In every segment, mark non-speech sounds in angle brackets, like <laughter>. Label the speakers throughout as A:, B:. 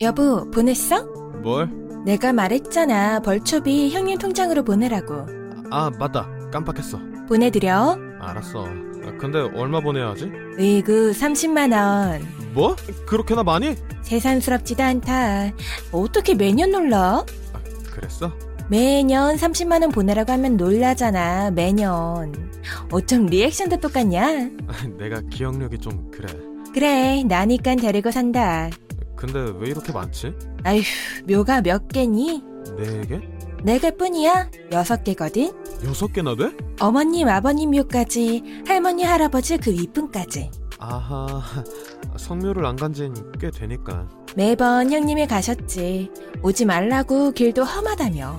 A: 여보, 보냈어?
B: 뭘?
A: 내가 말했잖아. 벌초비 형님 통장으로 보내라고.
B: 아 맞다 깜빡했어
A: 보내드려.
B: 알았어 아, 근데 얼마 보내야 하지?
A: 으이구, 30만원.
B: 뭐? 그렇게나 많이?
A: 세상스럽지도 않다. 어떻게 매년 놀라?
B: 아, 그랬어? <laughs>
A: 매년 30만원 보내라고 하면 놀라잖아, 매년. 어쩜 리액션도 똑같냐?
B: 내가 기억력이 좀 그래
A: 그래, 나니깐 데리고 산다.
B: 근데 왜 이렇게 많지?
A: 아휴, 묘가 몇 개니?
B: 네 개?
A: 네 개뿐이야? 여섯 개거든?
B: 여섯 개나 돼?
A: 어머님, 아버님 묘까지, 할머니, 할아버지 그 윗분까지.
B: 아하 <laughs> 성묘를 안 간 진 꽤 되니까
A: 매번 형님이 가셨지. 오지 말라고 길도 험하다며.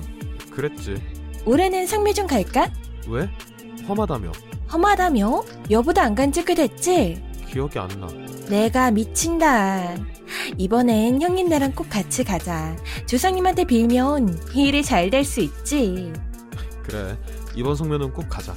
B: 그랬지
A: 올해는 상미 좀 갈까?
B: 왜? 험하다며
A: 험하다며? 여보도 안 간 지 꽤 됐지?
B: 기억이 안나
A: 내가 미친다. 이번엔 형님 나랑 꼭 같이 가자. 조상님한테 빌면 일이 잘 될 수 있지.
B: 그래 이번 성묘는 꼭 가자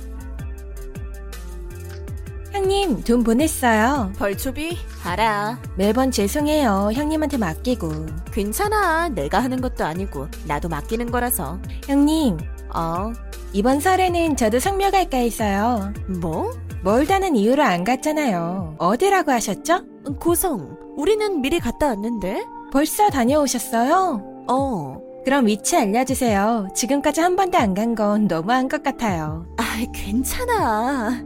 A: 형님, 돈 보냈어요.
C: 벌초비? 알아.
A: 매번 죄송해요. 형님한테 맡기고.
C: 괜찮아. 내가 하는 것도 아니고 나도 맡기는 거라서.
A: 형님,
C: 어,
A: 이번 설에는 저도 성묘 갈까 해서요.
C: 뭐?
A: 멀다는 이유로 안 갔잖아요. 어디라고 하셨죠?
C: 고성. 우리는 미리 갔다 왔는데.
A: 벌써 다녀오셨어요?
C: 어.
A: 그럼 위치 알려주세요. 지금까지 한 번도 안 간 건 너무한 것 같아요.
C: 아, 괜찮아.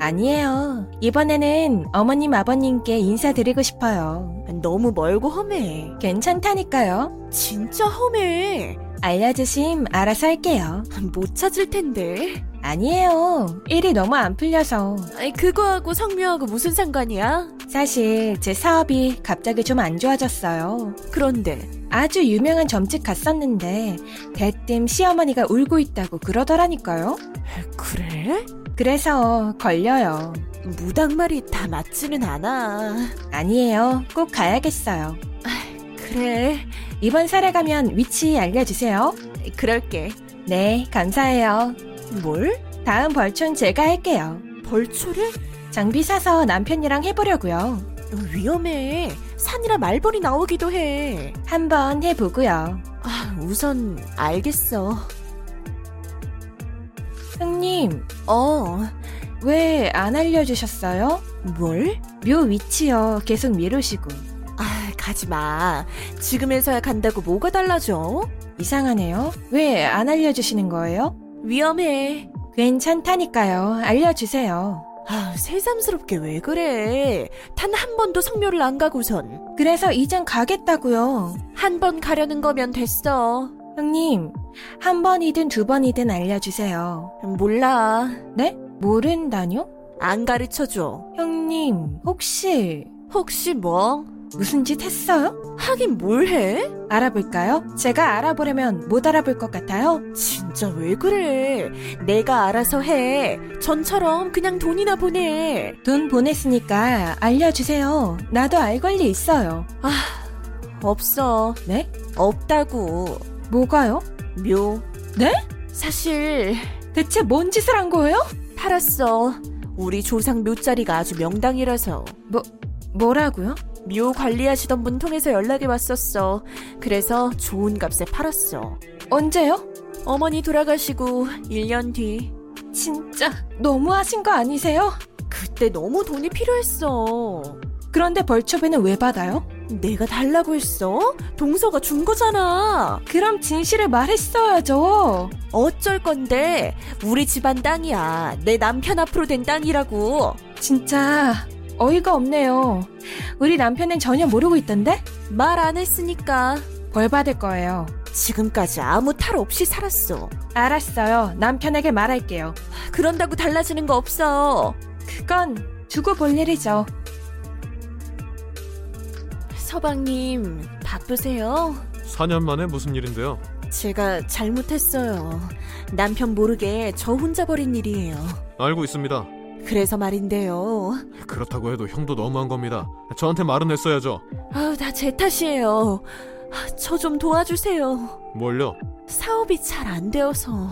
A: 아니에요. 이번에는 어머님, 아버님께 인사드리고 싶어요.
C: 너무 멀고 험해.
A: 괜찮다니까요.
C: 진짜 험해.
A: 알려주심 알아서 할게요.
C: 못 찾을 텐데.
A: 아니에요. 일이 너무 안 풀려서.
C: 아이, 그거하고 성묘하고 무슨 상관이야?
A: 사실 제 사업이 갑자기 좀 안 좋아졌어요.
C: 그런데
A: 아주 유명한 점집 갔었는데 대뜸 시어머니가 울고 있다고 그러더라니까요.
C: 그래?
A: 그래서 걸려요.
C: 무당말이 다 맞지는 않아.
A: 아니에요. 꼭 가야겠어요.
C: 그래.
A: 이번 설에 가면 위치 알려주세요.
C: 그럴게.
A: 네, 감사해요.
C: 뭘?
A: 다음 벌초는 제가 할게요.
C: 벌초를?
A: 장비 사서 남편이랑 해보려고요.
C: 어, 위험해. 산이라 말벌이 나오기도 해.
A: 한번 해보고요.
C: 아, 우선 알겠어.
A: 형님,
C: 어,
A: 왜 안 알려주셨어요?
C: 뭘?
A: 묘 위치요. 계속 미루시고.
C: 아, 가지 마. 지금에서야 간다고 뭐가 달라져?
A: 이상하네요. 왜 안 알려주시는 거예요?
C: 위험해.
A: 괜찮다니까요. 알려주세요.
C: 아, 새삼스럽게 왜 그래? 단 한 번도 성묘를 안 가고선
A: 그래서 이젠 가겠다고요.
C: 한 번 가려는 거면 됐어.
A: 형님, 한 번이든 두 번이든 알려주세요.
C: 몰라.
A: 네? 모른다뇨?
C: 안 가르쳐 줘.
A: 형님, 혹시
C: 혹시 뭐?
A: 무슨 짓 했어요?
C: 하긴 뭘 해?
A: 알아볼까요? 제가 알아보려면 못 알아볼 것 같아요.
C: 진짜 왜 그래? 내가 알아서 해. 전처럼 그냥 돈이나 보내.
A: 돈 보냈으니까 알려주세요. 나도 알 권리 있어요.
C: 없어.
A: 네?
C: 없다고.
A: 뭐가요?
C: 묘.
A: 네?
C: 사실
A: 대체 뭔 짓을 한 거예요?
C: 팔았어. 우리 조상 묘자리가 아주 명당이라서
A: 뭐라고요?
C: 묘 관리하시던 분 통해서 연락이 왔었어. 그래서 좋은 값에 팔았어.
A: 언제요?
C: 어머니 돌아가시고 1년 뒤
A: 진짜 너무하신 거 아니세요?
C: 그때 너무 돈이 필요했어.
A: 그런데 벌초비는 왜 받아요?
C: 내가 달라고 했어? 동서가 준 거잖아.
A: 그럼 진실을 말했어야죠.
C: 어쩔 건데 우리 집안 땅이야. 내 남편 앞으로 된 땅이라고.
A: 진짜 어이가 없네요. 우리 남편은 전혀 모르고 있던데?
C: 말 안 했으니까
A: 벌 받을 거예요.
C: 지금까지 아무 탈 없이 살았어.
A: 알았어요. 남편에게 말할게요.
C: 그런다고 달라지는 거 없어.
A: 그건 두고 볼 일이죠.
C: 서방님, 바쁘세요?
B: 4년 만에 무슨 일인데요
C: 제가 잘못했어요. 남편 모르게 저 혼자 벌인 일이에요.
B: 알고 있습니다
C: 그래서 말인데요.
B: 그렇다고 해도 형도 너무한 겁니다 저한테 말은 했어야죠
C: 아우, 다 제 탓이에요. 저 좀 도와주세요.
B: 뭘요?
C: 사업이 잘 안 되어서.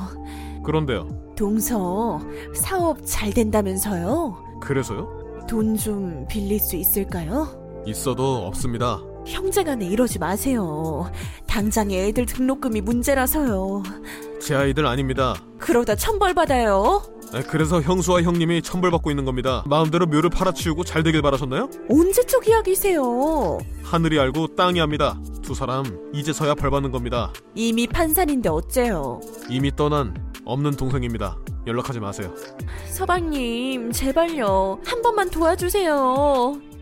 B: 그런데요
C: 동서, 사업 잘 된다면서요?
B: 그래서요?
C: 돈 좀 빌릴 수 있을까요?
B: 있어도 없습니다
C: 형제간에 이러지 마세요. 당장 애들 등록금이 문제라서요.
B: 제 아이들 아닙니다.
C: 그러다 천벌 받아요.
B: 아, 그래서 형수와 형님이 천벌받고 있는 겁니다. 마음대로 묘를 팔아치우고 잘 되길 바라셨나요?
C: 언제 쪽 이야기세요?
B: 하늘이 알고 땅이 압니다. 두 사람 이제서야 벌받는 겁니다.
C: 이미 판산인데 어째요?
B: 이미 떠난 없는 동생입니다. 연락하지 마세요.
C: 서방님, 제발요. 한 번만 도와주세요.